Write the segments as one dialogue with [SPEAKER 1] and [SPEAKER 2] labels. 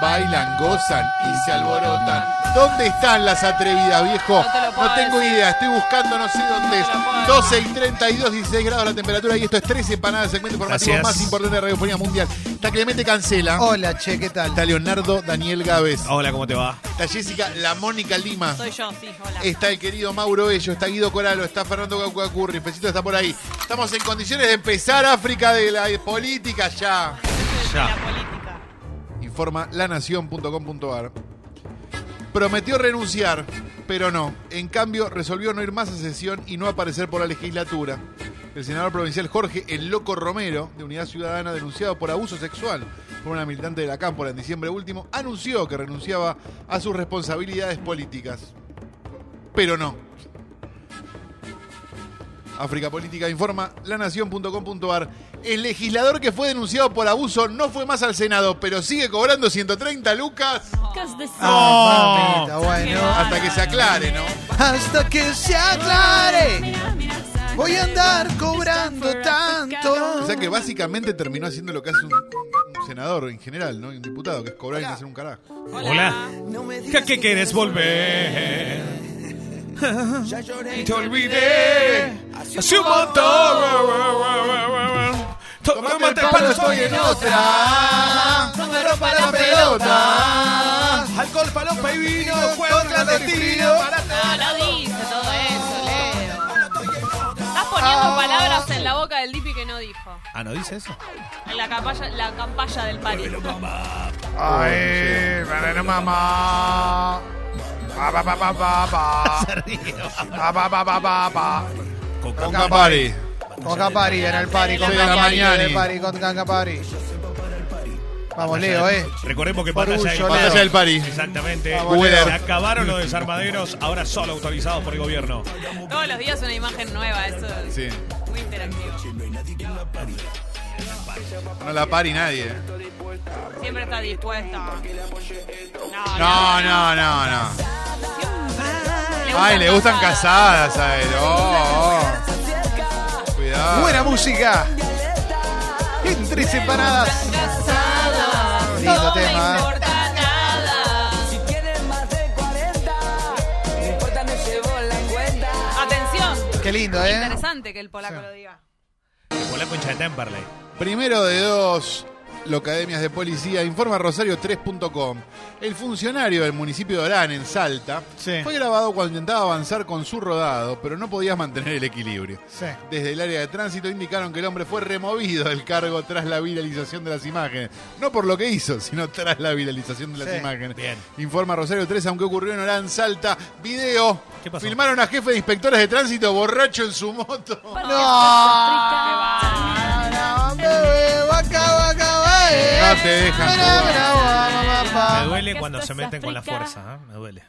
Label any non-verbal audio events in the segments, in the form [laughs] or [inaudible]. [SPEAKER 1] bailan, gozan y se alborotan. ¿Dónde están las atrevidas, viejo?
[SPEAKER 2] No te lo puedo
[SPEAKER 1] No tengo
[SPEAKER 2] decir.
[SPEAKER 1] idea, estoy buscando, no sé dónde es.
[SPEAKER 2] No te lo puedo
[SPEAKER 1] 12 y 32, 16 grados la temperatura y esto es 13 empanadas, segmento informativo
[SPEAKER 3] Gracias.
[SPEAKER 1] más importante de Radiofonía Mundial. Está Clemente Cancela,
[SPEAKER 4] Hola, che, ¿qué tal?
[SPEAKER 1] está Leonardo Daniel Gávez,
[SPEAKER 3] Hola, ¿cómo te va?
[SPEAKER 1] está Jessica La Mónica Lima.
[SPEAKER 2] Soy yo, sí, hola.
[SPEAKER 1] Está el querido Mauro Bello, está Guido Coralo, está Fernando Cacuacurri, Pesito está por ahí. Estamos en condiciones de empezar África de la eh, política ya.
[SPEAKER 2] De la política.
[SPEAKER 1] Informa lanación.com.ar. Prometió renunciar, pero no. En cambio, resolvió no ir más a sesión y no aparecer por la legislatura. El senador provincial Jorge El Loco Romero, de Unidad Ciudadana, denunciado por abuso sexual por una militante de la Cámpora en diciembre último, anunció que renunciaba a sus responsabilidades políticas. Pero no. África Política informa lanación.com.ar. El legislador que fue denunciado por abuso no fue más al Senado, pero sigue cobrando 130 lucas
[SPEAKER 4] Ah,
[SPEAKER 3] No.
[SPEAKER 4] mamita, bueno.
[SPEAKER 1] hasta que se aclare, ¿no?
[SPEAKER 4] Hasta que se aclare. Voy a andar cobrando
[SPEAKER 1] O
[SPEAKER 4] tanto.
[SPEAKER 1] sea que básicamente terminó haciendo lo que hace un, un senador en general, ¿no? Y un diputado, que es cobrar y no hacer un carajo.
[SPEAKER 3] Hola. ¿Qué, qué quieres volver? Te olvidé. Hace un montón. Tómate el palo, estoy en
[SPEAKER 4] otra. No me rompa la pelota.
[SPEAKER 3] Alcohol, falopa y vino. Juego
[SPEAKER 4] Contra
[SPEAKER 3] clandestino.
[SPEAKER 2] No, no dice todo eso, Leo. Ah. Estás poniendo palabras en la boca del Dipi que no dijo.
[SPEAKER 3] Ah, ¿no dice eso?
[SPEAKER 2] En la campaña, la campaña del París.
[SPEAKER 5] Ay, para no mamá. Pa, pa, pa, pa, pa, pa. Pa, pa, pa, pa, pa, pa.
[SPEAKER 1] Ponga pari.
[SPEAKER 4] Con Capari, en el pari. Con
[SPEAKER 1] Soy de la
[SPEAKER 4] Capari,
[SPEAKER 1] mañana.
[SPEAKER 4] en el pari. Con Capari. Vamos, Leo, eh.
[SPEAKER 3] Recordemos que
[SPEAKER 4] Barullo,
[SPEAKER 3] batalla, de-
[SPEAKER 4] Leo.
[SPEAKER 1] Batalla del pari.
[SPEAKER 3] Exactamente.
[SPEAKER 1] Vamos,
[SPEAKER 3] Se
[SPEAKER 1] Leo.
[SPEAKER 3] acabaron los desarmaderos, ahora solo autorizados por el gobierno.
[SPEAKER 2] Todos los días una imagen nueva, eso es
[SPEAKER 1] Sí.
[SPEAKER 2] muy interactivo.
[SPEAKER 1] No la pari nadie. ¿eh?
[SPEAKER 2] Siempre está dispuesta. No,
[SPEAKER 1] No, no, no, no.
[SPEAKER 2] gustan
[SPEAKER 1] Ay, le gustan
[SPEAKER 2] casadas.
[SPEAKER 1] casadas a él. Oh, oh. Cuidado.
[SPEAKER 4] Buena música. Entre separadas.
[SPEAKER 2] Casadas.
[SPEAKER 4] Lindo
[SPEAKER 2] No me
[SPEAKER 4] tema, ¿eh?
[SPEAKER 2] importa nada.
[SPEAKER 6] Si tienes más de 40, no importa, me llevo la cuenta.
[SPEAKER 2] Atención.
[SPEAKER 4] Qué lindo, eh.
[SPEAKER 2] Interesante que el polaco lo diga.
[SPEAKER 3] Hola, concha de Temperley.
[SPEAKER 1] Primero de dos, Locademias de Policía, informa Rosario3.com. El funcionario del municipio de Orán, en Salta,
[SPEAKER 4] Sí.
[SPEAKER 1] fue grabado cuando intentaba avanzar con su rodado, pero no podía mantener el equilibrio.
[SPEAKER 4] Sí.
[SPEAKER 1] Desde el área de tránsito indicaron que el hombre fue removido del cargo tras la viralización de las imágenes. No por lo que hizo, sino tras la viralización de las
[SPEAKER 4] Sí.
[SPEAKER 1] imágenes.
[SPEAKER 3] Bien.
[SPEAKER 1] Informa Rosario 3, aunque ocurrió en Orán, Salta, video.
[SPEAKER 3] ¿Qué pasó?
[SPEAKER 1] Filmaron a jefe de inspectores de tránsito borracho en su moto.
[SPEAKER 4] No.
[SPEAKER 1] No te dejan
[SPEAKER 2] Ah.
[SPEAKER 3] Me duele cuando se meten con la fuerza, ¿eh? me duele.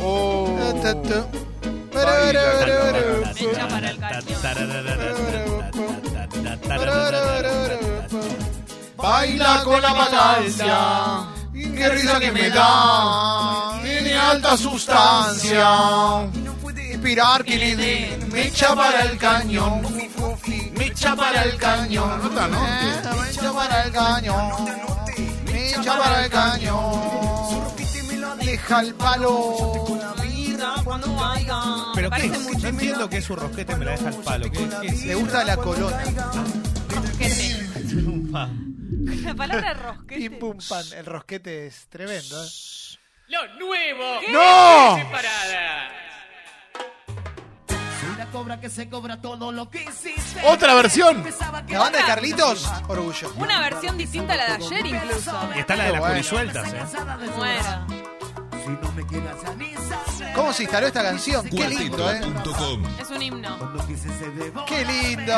[SPEAKER 1] Oh.
[SPEAKER 2] Mecha para el
[SPEAKER 1] Baila con la vacancia.
[SPEAKER 4] Qué risa que me da. Tiene alta sustancia. No puede inspirar que le den. Mecha para el cañón. Mecha para el cañón. Eh,
[SPEAKER 1] Nota, ¿no?
[SPEAKER 4] Mecha para el cañón. Mecha para el cañón. Deja el palo.
[SPEAKER 3] Pero qué
[SPEAKER 2] Parece
[SPEAKER 3] es?
[SPEAKER 2] mucho.
[SPEAKER 1] [laughs]
[SPEAKER 3] no entiendo que es un rosquete, me la deja al palo. ¿Qué, qué es?
[SPEAKER 4] Le gusta la colona.
[SPEAKER 2] La palabra es rosquete.
[SPEAKER 4] Pim pum pan. El rosquete es tremendo. ¿eh?
[SPEAKER 7] Lo nuevo.
[SPEAKER 2] este.
[SPEAKER 1] ¡No!
[SPEAKER 7] Separada.
[SPEAKER 6] Una cobra que se cobra todo lo que hiciste.
[SPEAKER 1] Otra versión.
[SPEAKER 6] Pensaba que
[SPEAKER 4] La banda de Carlitos, orgullo.
[SPEAKER 2] Una versión distinta a la de ayer incluso.
[SPEAKER 3] Y está la de las
[SPEAKER 4] Bueno.
[SPEAKER 3] polisueltas, ¿eh?
[SPEAKER 2] Muera.
[SPEAKER 6] Si no me quieras ya ni sabré.
[SPEAKER 4] ¿Cómo se instaló esta canción? Qué lindo, ¿eh?
[SPEAKER 2] Es un himno.
[SPEAKER 6] Cuando quise se debo.
[SPEAKER 4] Qué lindo.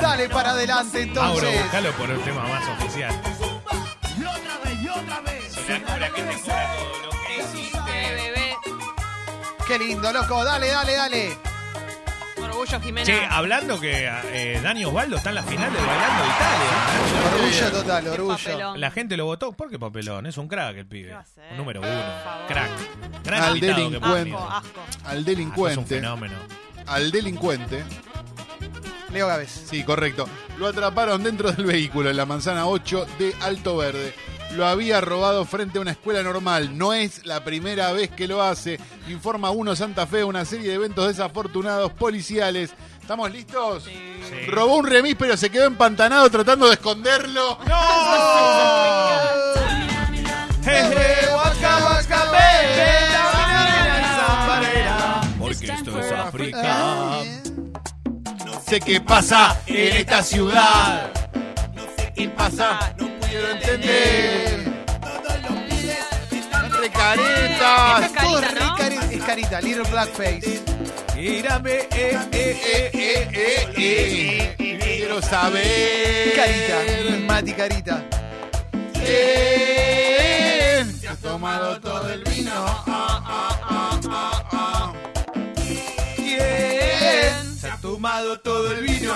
[SPEAKER 4] Dale para adelante
[SPEAKER 3] Mauro,
[SPEAKER 4] entonces.
[SPEAKER 3] buscalo por un tema más oficial.
[SPEAKER 6] Y otra vez, y otra vez.
[SPEAKER 2] Eh, bebé.
[SPEAKER 4] Qué lindo, loco. Dale, dale, dale.
[SPEAKER 2] Orgullo Jimena.
[SPEAKER 3] Che, hablando que eh, Dani Osvaldo está en la final de Bailando de Italia. ¿eh?
[SPEAKER 4] Orgullo total,
[SPEAKER 2] papelón.
[SPEAKER 4] orgullo.
[SPEAKER 3] La gente lo votó. ¿Por qué papelón? Es un crack el pibe.
[SPEAKER 2] va a ser?
[SPEAKER 3] Un número uno.
[SPEAKER 2] favor.
[SPEAKER 3] Crack. Gran
[SPEAKER 1] Al
[SPEAKER 3] invitado que hemos
[SPEAKER 1] delincuente.
[SPEAKER 2] asco, asco.
[SPEAKER 3] tenido.
[SPEAKER 1] Al
[SPEAKER 3] Ah, es un
[SPEAKER 1] delincuente.
[SPEAKER 3] fenómeno.
[SPEAKER 1] Al delincuente.
[SPEAKER 4] Leo Gávez.
[SPEAKER 1] Sí, correcto. Lo atraparon dentro del vehículo en la manzana 8 de Alto Verde. lo había robado frente a una escuela normal. No es la primera vez que lo hace. Informa Uno Santa Fe una serie de eventos desafortunados policiales. ¿Estamos listos?
[SPEAKER 3] Sí.
[SPEAKER 1] Robó un remis, pero se quedó empantanado tratando de esconderlo.
[SPEAKER 3] Jeje.
[SPEAKER 4] Waka, waka, baby.
[SPEAKER 3] Porque esto es África.
[SPEAKER 1] No sé qué pasa en esta ciudad. No sé qué pasa, no quiero entender.
[SPEAKER 2] Esta
[SPEAKER 1] Recaretas.
[SPEAKER 2] es
[SPEAKER 4] Todo
[SPEAKER 2] carita,
[SPEAKER 4] re
[SPEAKER 2] ¿no?
[SPEAKER 4] cari- es carita, Little Blackface.
[SPEAKER 3] Mírame, eh, eh,
[SPEAKER 1] Eh, eh, eh, eh. Quiero saber.
[SPEAKER 4] Carita, Mati Carita.
[SPEAKER 1] ¿Quién se ha tomado todo el vino?
[SPEAKER 4] Bien.
[SPEAKER 3] Se ha tomado todo el vino.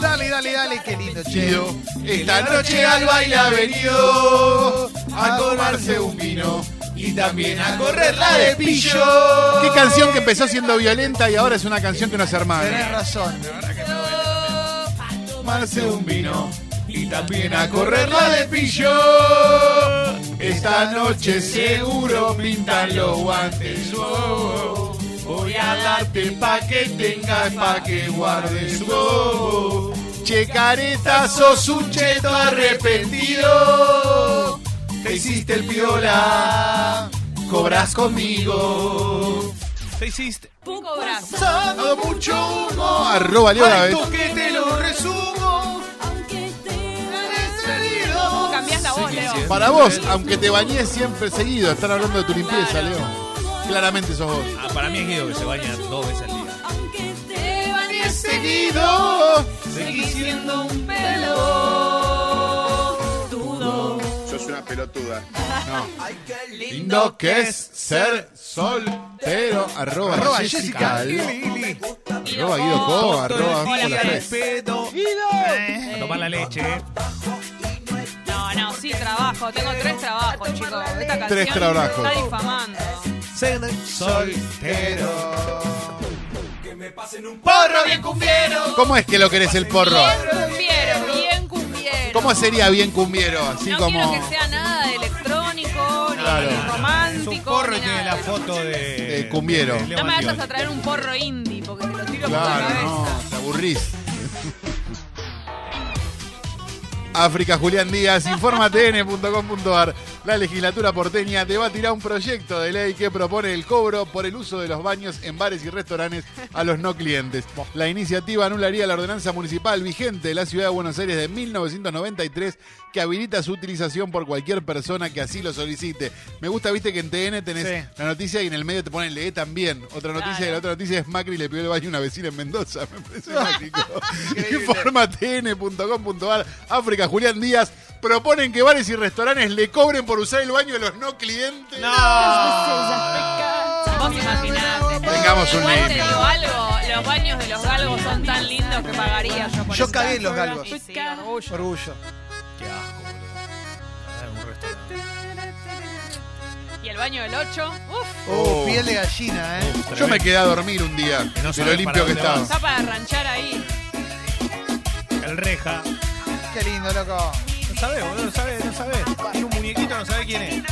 [SPEAKER 4] Dale, dale, dale, qué lindo, che.
[SPEAKER 1] Chido. Esta noche al baile ha venido a tomarse un vino y también a correrla de pillo. Qué canción que empezó siendo violenta y ahora es una canción que nos
[SPEAKER 4] Tenés
[SPEAKER 1] hermana.
[SPEAKER 4] razón.
[SPEAKER 1] Tomarse un vino y también a correrla de pillo. Esta noche seguro pintan los guantes. oh. Voy a darte pa' que tengas, pa' que guardes. oh. Che careta, sos un cheto arrepentido. Te hiciste el piola, cobras conmigo.
[SPEAKER 3] Te hiciste.
[SPEAKER 2] Poco brazo.
[SPEAKER 1] Dado mucho humo. Arroba Leo la vez.
[SPEAKER 4] que te lo resumo.
[SPEAKER 2] ¿Cómo cambiás la voz, Leo?
[SPEAKER 1] Para vos, aunque te bañes siempre seguido, están hablando de tu limpieza, Leo. Claramente sos vos.
[SPEAKER 3] Ah, para mí es Guido que se baña dos veces al día.
[SPEAKER 1] Seguido.
[SPEAKER 2] Seguís siendo un pelo. Dudo.
[SPEAKER 5] Sos una pelotuda.
[SPEAKER 1] Lindo que es ser soltero. Arroba,
[SPEAKER 4] Arroba
[SPEAKER 1] Jessica.
[SPEAKER 4] Jessica.
[SPEAKER 1] Arroba
[SPEAKER 4] Lili.
[SPEAKER 1] Guido Co. Arroba
[SPEAKER 3] Todo el
[SPEAKER 1] Hola
[SPEAKER 3] día de
[SPEAKER 1] Fez.
[SPEAKER 3] pedo. A tomar la leche. eh.
[SPEAKER 2] No, no, sí trabajo. Tengo tres trabajos, chicos. Esta canción
[SPEAKER 1] Tres trabajos.
[SPEAKER 2] está difamando.
[SPEAKER 3] Soltero.
[SPEAKER 4] Porro bien cumbiero.
[SPEAKER 1] ¿Cómo es que lo querés el porro?
[SPEAKER 2] Bien cumbiero, bien cumbiero.
[SPEAKER 1] ¿Cómo sería bien cumbiero? Así
[SPEAKER 2] no quiero
[SPEAKER 1] como.
[SPEAKER 2] que sea nada de electrónico, ni
[SPEAKER 1] Claro.
[SPEAKER 3] Es
[SPEAKER 2] romántico.
[SPEAKER 3] un porro
[SPEAKER 2] ni
[SPEAKER 3] y tiene
[SPEAKER 2] nada.
[SPEAKER 3] la foto de.
[SPEAKER 1] Eh, cumbiero.
[SPEAKER 3] de Leo
[SPEAKER 2] No me vayas
[SPEAKER 3] Mattioli.
[SPEAKER 2] a traer un porro indie porque te lo tiro por la
[SPEAKER 1] Claro,
[SPEAKER 2] cabeza.
[SPEAKER 1] no, te aburrís. África Julián Díaz, informatn.com.ar. La legislatura porteña debatirá un proyecto de ley que propone el cobro por el uso de los baños en bares y restaurantes a los no clientes. La iniciativa anularía la ordenanza municipal vigente de la ciudad de Buenos Aires de 1993 que habilita su utilización por cualquier persona que así lo solicite. Me gusta, viste, que en TN tenés
[SPEAKER 4] Sí.
[SPEAKER 1] la noticia y en el medio te ponen lee también. Otra noticia y
[SPEAKER 2] Claro.
[SPEAKER 1] la otra noticia es Macri le pidió el baño a una vecina en Mendoza. [laughs] Me parece mágico. Informatn.com.ar. África Julián Díaz. Proponen que bares y restaurantes le cobren por usar el baño de los no clientes.
[SPEAKER 2] Vos imaginate.
[SPEAKER 1] Tengamos un
[SPEAKER 2] Igual te
[SPEAKER 1] límite.
[SPEAKER 2] digo algo, los baños de los galgos son tan lindos que pagaría yo por
[SPEAKER 4] Yo
[SPEAKER 2] eso.
[SPEAKER 4] cagué en los galgos.
[SPEAKER 2] Y sí, orgullo.
[SPEAKER 4] Orgullo.
[SPEAKER 3] Qué asco, boludo. Ah, un restaurante.
[SPEAKER 2] Y el baño del 8, uff,
[SPEAKER 4] Oh, piel de gallina, eh.
[SPEAKER 1] Yo me quedé a dormir un día.
[SPEAKER 3] Que no
[SPEAKER 1] de
[SPEAKER 3] sabes
[SPEAKER 1] lo
[SPEAKER 3] para
[SPEAKER 1] limpio que
[SPEAKER 3] dónde
[SPEAKER 1] estaba.
[SPEAKER 2] está para ranchar ahí.
[SPEAKER 3] El reja.
[SPEAKER 4] Qué lindo, loco.
[SPEAKER 3] No sabés, boludo, no sabés, no sabés. Tiene un muñequito, no sabés quién es.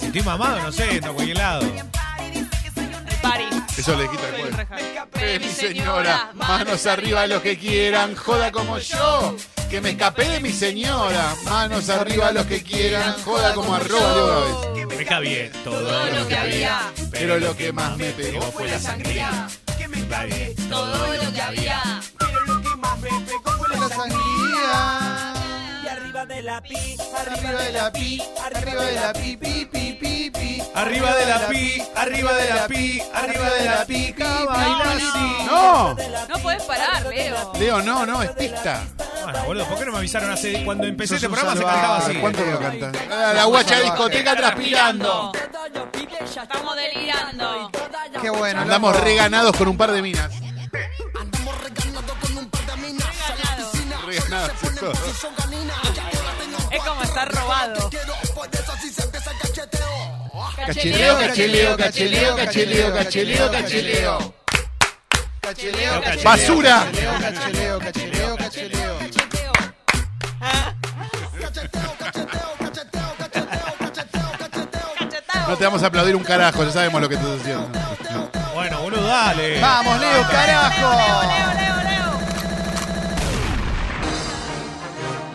[SPEAKER 3] Si estoy mamado, no sé, está a cualquier lado.
[SPEAKER 2] El pari.
[SPEAKER 1] Eso le quita el
[SPEAKER 2] Soy
[SPEAKER 1] cuerpo.
[SPEAKER 2] reja.
[SPEAKER 1] Eh, mi señora, manos arriba los que quieran, joda como yo. Que me escapé de mi señora, manos arriba los que quieran, joda como arroba Leo Gávez.
[SPEAKER 3] Me cabía todo
[SPEAKER 2] Todo lo que había,
[SPEAKER 1] Pero lo que más me pegó
[SPEAKER 3] fue la sangría. Me cagué
[SPEAKER 2] todo lo que había.
[SPEAKER 4] La sangría.
[SPEAKER 6] Y arriba de la pi,
[SPEAKER 4] Arriba de la pi, arriba de la pi, pi, pi, pi, pi.
[SPEAKER 3] Arriba de la pi, arriba de la pi, arriba de la pica, baila así.
[SPEAKER 1] ¡No!
[SPEAKER 2] No podés parar, Leo.
[SPEAKER 1] Leo, no, no, es pista.
[SPEAKER 3] Bueno, boludo, ¿por qué no me avisaron hace cuando empecé este
[SPEAKER 4] Sos un
[SPEAKER 3] programa se
[SPEAKER 4] salvaje.
[SPEAKER 3] cantaba así?
[SPEAKER 1] ¿Pero ¿Cuánto lo canta? La, la guacha discoteca transpirando.
[SPEAKER 6] todos los pibes ya
[SPEAKER 2] Estamos delirando.
[SPEAKER 4] Qué bueno.
[SPEAKER 1] Andamos
[SPEAKER 4] loco.
[SPEAKER 1] reganados con un par de minas.
[SPEAKER 2] Ganado.
[SPEAKER 1] Reganados.
[SPEAKER 2] Es como estar robado.
[SPEAKER 1] Cacheleo, cacheleo,
[SPEAKER 4] cacheleo, cacheleo, cacheleo, cacheleo. Cacheleo,
[SPEAKER 1] Basura.
[SPEAKER 4] Cacheleo, cacheleo, cacheleo, cacheleo.
[SPEAKER 2] Cacheteo.
[SPEAKER 1] No te vamos a aplaudir un carajo, ya sabemos lo que estás haciendo.
[SPEAKER 3] Bueno, boludo, dale.
[SPEAKER 4] Vamos, Leo,
[SPEAKER 2] Leo,
[SPEAKER 4] carajo.
[SPEAKER 2] Leo, Leo, Leo, Leo.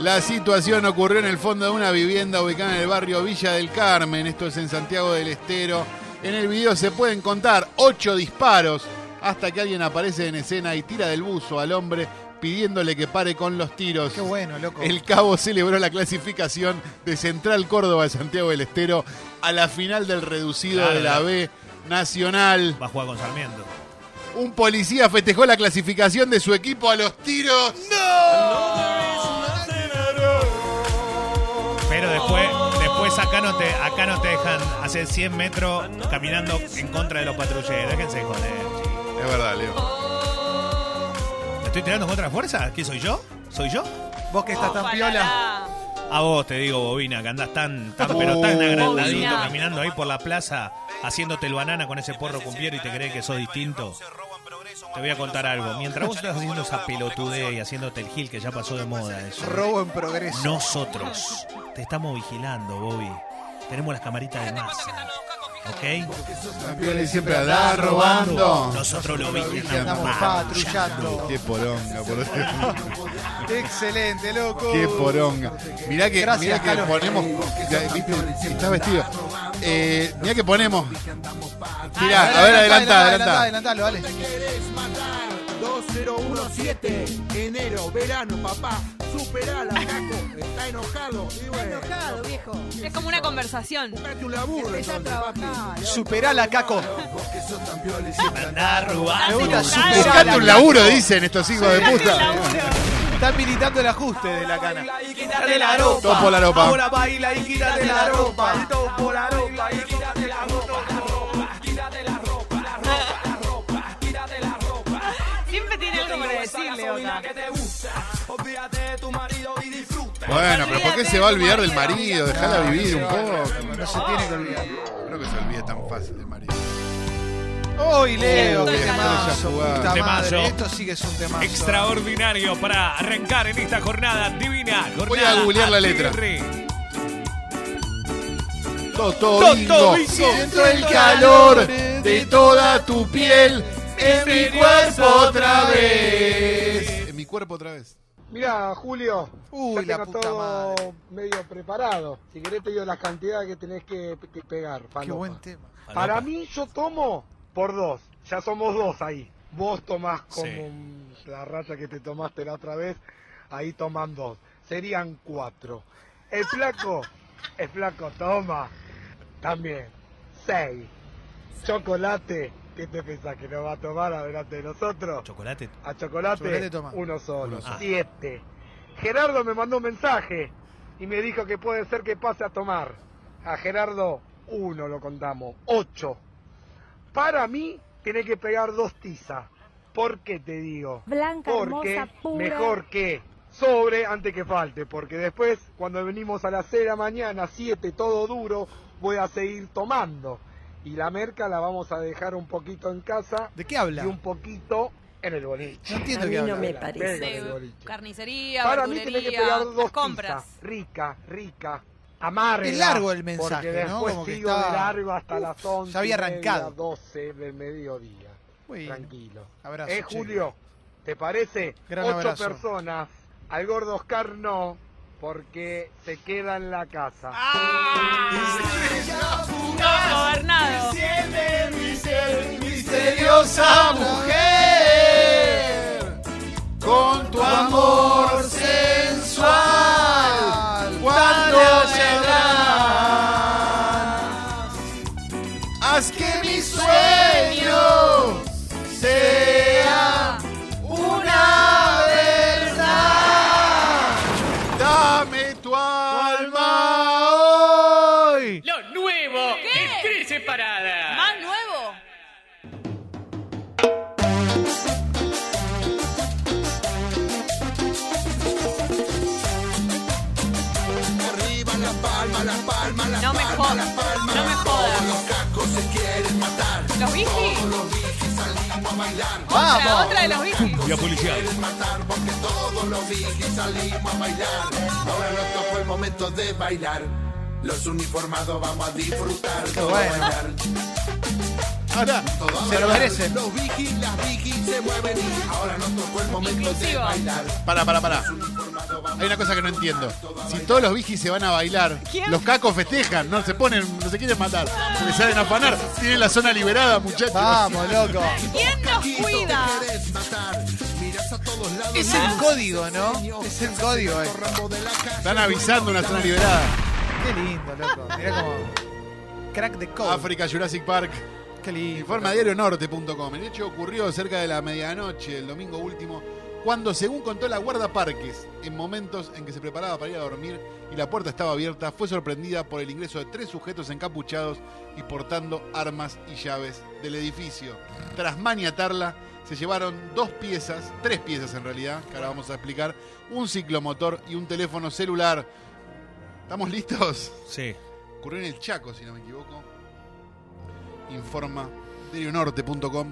[SPEAKER 1] La situación ocurrió en el fondo de una vivienda ubicada en el barrio Villa del Carmen, esto es en Santiago del Estero. En el video se pueden contar ocho disparos hasta que alguien aparece en escena y tira del buzo al hombre pidiéndole que pare con los tiros.
[SPEAKER 4] Qué bueno, loco.
[SPEAKER 1] El Cabo celebró la clasificación de Central Córdoba de Santiago del Estero a la final del reducido
[SPEAKER 3] Claro,
[SPEAKER 1] de la
[SPEAKER 3] claro.
[SPEAKER 1] B Nacional.
[SPEAKER 3] Va a jugar con Sarmiento.
[SPEAKER 1] Un policía festejó la clasificación de su equipo a los tiros.
[SPEAKER 3] Pero después, después acá no te, acá no te dejan hacer 100 metros caminando en contra de los patrulleros. Déjense de joder.
[SPEAKER 1] Es verdad, Leo.
[SPEAKER 3] ¿Me estoy tirando con otra fuerza? ¿Qué soy yo? ¿Soy yo?
[SPEAKER 4] Vos que estás tan
[SPEAKER 2] Ojalá.
[SPEAKER 4] piola.
[SPEAKER 3] A vos te digo, Bobina, que andás tan, tan pero tan
[SPEAKER 1] Oh.
[SPEAKER 3] agrandadito
[SPEAKER 2] Bobina.
[SPEAKER 3] caminando ahí por la plaza, haciéndote el banana con ese porro cumbiero y te crees que sos distinto. Te voy a contar algo. Mientras vos estás haciendo esa pelotudez y haciéndote el gil que ya pasó de moda eso,
[SPEAKER 4] Robo en progreso.
[SPEAKER 3] nosotros te estamos vigilando, Bobby. Tenemos las camaritas de masa. ¿Ok?
[SPEAKER 1] Campeones siempre
[SPEAKER 4] andás robando.
[SPEAKER 3] Nosotros lo
[SPEAKER 4] Estamos
[SPEAKER 3] vigilamos.
[SPEAKER 4] patrullando.
[SPEAKER 1] Qué poronga, por
[SPEAKER 4] Excelente, loco.
[SPEAKER 1] [laughs] Qué poronga. Mirá que,
[SPEAKER 4] Gracias,
[SPEAKER 1] mirá que
[SPEAKER 4] Carlos.
[SPEAKER 1] ponemos. ya, ¿viste? Está vestido. Eh, mirá que ponemos. Mirá, a ver, adelantá, adelantá.
[SPEAKER 4] Adelantalo, dale.
[SPEAKER 8] 2017, enero, verano, papá, superala, caco, está enojado, y bueno,
[SPEAKER 9] viejo.
[SPEAKER 2] Es como una conversación.
[SPEAKER 8] buscate un laburo, entonces, papi.
[SPEAKER 4] Superala, Caco.
[SPEAKER 8] Porque sos tan piola y siempre
[SPEAKER 3] Andá
[SPEAKER 4] Me
[SPEAKER 3] robando.
[SPEAKER 4] gusta
[SPEAKER 2] Superala.
[SPEAKER 1] Buscate
[SPEAKER 4] superala.
[SPEAKER 1] un laburo, dicen estos hijos de puta.
[SPEAKER 4] Están militando el ajuste de la cana.
[SPEAKER 6] Y quítate la ropa.
[SPEAKER 1] Topo la ropa.
[SPEAKER 6] Ahora baila y quítate la ropa. Topo la ropa y quítate la ropa.
[SPEAKER 2] Siempre tiene algo para decirle, Ota.
[SPEAKER 1] Bueno, pero ¿por qué se va a olvidar del marido? Dejala vivir un poco.
[SPEAKER 4] No se tiene que olvidar.
[SPEAKER 1] Creo que se olvida tan fácil del marido.
[SPEAKER 4] ¡Uy, Leo!
[SPEAKER 2] Estoy
[SPEAKER 4] ¡Qué
[SPEAKER 2] calado.
[SPEAKER 4] temazo!
[SPEAKER 1] Temazo.
[SPEAKER 4] Puta madre,
[SPEAKER 3] Temazo.
[SPEAKER 4] esto sí que es un temazo.
[SPEAKER 3] Extraordinario para arrancar en esta jornada divina. Jornada
[SPEAKER 1] Voy a googlear la letra.
[SPEAKER 3] ATR.
[SPEAKER 1] Totoringo. Siento el calor de toda tu piel en mi cuerpo otra vez. En mi cuerpo otra vez.
[SPEAKER 10] Mirá, Julio,
[SPEAKER 4] Uy,
[SPEAKER 10] ya
[SPEAKER 4] la
[SPEAKER 10] tengo
[SPEAKER 4] puta
[SPEAKER 10] todo
[SPEAKER 4] madre.
[SPEAKER 10] medio preparado. Si querés te digo las cantidades que tenés que, que pegar.
[SPEAKER 4] Qué
[SPEAKER 10] falopa.
[SPEAKER 4] buen tema.
[SPEAKER 10] Para mí yo tomo por dos. Ya somos dos ahí. Vos tomás como
[SPEAKER 3] Sí.
[SPEAKER 10] un- la racha que te tomaste la otra vez. Ahí toman dos. Serían cuatro. El flaco, el flaco toma también seis. Chocolate, ¿qué te pensás que nos va a tomar adelante de nosotros?
[SPEAKER 3] Chocolate.
[SPEAKER 10] A chocolate,
[SPEAKER 4] Chocolate toma.
[SPEAKER 10] uno solo.
[SPEAKER 1] Uno
[SPEAKER 3] solo.
[SPEAKER 10] Siete. Gerardo me mandó un mensaje y me dijo que puede ser que pase a tomar. A Gerardo, uno lo contamos. Ocho. Para mí, tiene que pegar dos tizas. ¿Por qué te digo?
[SPEAKER 9] Blanca,
[SPEAKER 10] Porque
[SPEAKER 9] hermosa, pura.
[SPEAKER 10] mejor que sobre antes que falte. Porque después, cuando venimos a las seis de la mañana, siete, todo duro, voy a seguir tomando. Y la merca la vamos a dejar un poquito en casa
[SPEAKER 4] ¿De qué habla?
[SPEAKER 10] y un poquito en el boliche.
[SPEAKER 4] No entiendo
[SPEAKER 9] A
[SPEAKER 4] qué
[SPEAKER 9] mí no
[SPEAKER 4] habla.
[SPEAKER 9] me parece.
[SPEAKER 10] Venga en el
[SPEAKER 2] De
[SPEAKER 10] boliche.
[SPEAKER 2] carnicería,
[SPEAKER 10] Para mí tiene que
[SPEAKER 2] verdulería,
[SPEAKER 10] pegar dos
[SPEAKER 2] compras.
[SPEAKER 10] pizzas. Rica, rica. Amarga.
[SPEAKER 4] Es largo el mensaje,
[SPEAKER 10] porque
[SPEAKER 4] ¿no?
[SPEAKER 10] después
[SPEAKER 4] Como que
[SPEAKER 10] sigo
[SPEAKER 4] está-
[SPEAKER 10] de largo hasta las 11.
[SPEAKER 4] ya había arrancado.
[SPEAKER 10] 12 del mediodía.
[SPEAKER 4] Bueno.
[SPEAKER 10] Tranquilo.
[SPEAKER 4] Abrazo,
[SPEAKER 10] ¿Eh,
[SPEAKER 4] che.
[SPEAKER 10] Julio? ¿Te parece?
[SPEAKER 4] Gran
[SPEAKER 10] Ocho
[SPEAKER 4] abrazo.
[SPEAKER 10] personas. Al gordo Oscar no, porque se queda en la
[SPEAKER 4] Ah,
[SPEAKER 10] casa.
[SPEAKER 2] No, gobernado.
[SPEAKER 1] Misteriosa mujer, con tu amor sensual, ¿cuándo llegarás? Haz que mi sueño sea una verdad. Dame tu alma hoy.
[SPEAKER 7] Lo nuevo
[SPEAKER 2] ¿Qué?
[SPEAKER 7] es Cris Separada.
[SPEAKER 2] Más nuevo. No me jodas, no me jodas. Los Los bici. Otra,
[SPEAKER 4] Vamos.
[SPEAKER 2] otra de los bici.
[SPEAKER 3] Vía policial.
[SPEAKER 8] todos los vi y salimos a bailar. Ahora no tocó el momento de bailar.
[SPEAKER 9] Los uniformados vamos a disfrutar. Todo
[SPEAKER 4] bueno.
[SPEAKER 9] bailar,
[SPEAKER 1] Ahora,
[SPEAKER 9] todo
[SPEAKER 4] Se lo
[SPEAKER 9] bailar.
[SPEAKER 4] merecen.
[SPEAKER 9] Los vigis, las vigis se mueven y ahora nos tocó el momento de
[SPEAKER 2] Inclusivo.
[SPEAKER 9] bailar.
[SPEAKER 1] para, para, para. Hay una cosa que no entiendo. Si todos los vigis se van a bailar,
[SPEAKER 2] ¿Quién?
[SPEAKER 1] los cacos festejan, no se ponen, no se quieren matar, se les salen a afanar, tienen la zona liberada, muchachos.
[SPEAKER 4] Vamos, loco.
[SPEAKER 2] ¿Quién nos cuida?
[SPEAKER 4] Es el código, ¿no? Es el código, eh.
[SPEAKER 1] Están avisando una zona liberada.
[SPEAKER 4] Qué lindo, loco. Mirá como. Crack de code.
[SPEAKER 1] África, Jurassic Park.
[SPEAKER 4] Qué lindo.
[SPEAKER 1] Informa diarionorte.com. El hecho ocurrió cerca de la medianoche, el domingo último, cuando, según contó la guarda Parques, en momentos en que se preparaba para ir a dormir y la puerta estaba abierta, fue sorprendida por el ingreso de tres sujetos encapuchados y portando armas y llaves del edificio. Tras maniatarla, se llevaron dos piezas, tres piezas en realidad, que ahora vamos a explicar, un ciclomotor y un teléfono celular. ¿Estamos listos?
[SPEAKER 3] Sí.
[SPEAKER 1] Ocurrió en el Chaco, si no me equivoco. Informa delionorte.com.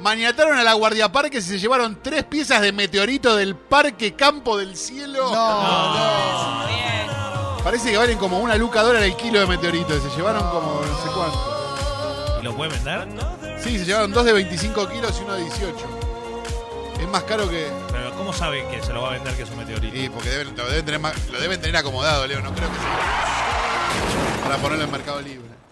[SPEAKER 1] Maniataron a la Guardia Parque y se llevaron tres piezas de meteorito del Parque Campo del Cielo.
[SPEAKER 4] No,
[SPEAKER 2] Bien.
[SPEAKER 1] Parece que valen como una luca dólar el kilo de meteorito. Se llevaron como no sé cuánto.
[SPEAKER 3] ¿Y lo puede vender?
[SPEAKER 1] Sí, se llevaron dos de 25 kilos y uno de 18. Es más caro que.
[SPEAKER 3] Pero ¿cómo sabe que se lo va a vender que es un meteorito?
[SPEAKER 1] Y porque deben, lo, deben tener más- lo deben tener acomodado, Leo. No creo que sea. Para ponerlo en Mercado Libre.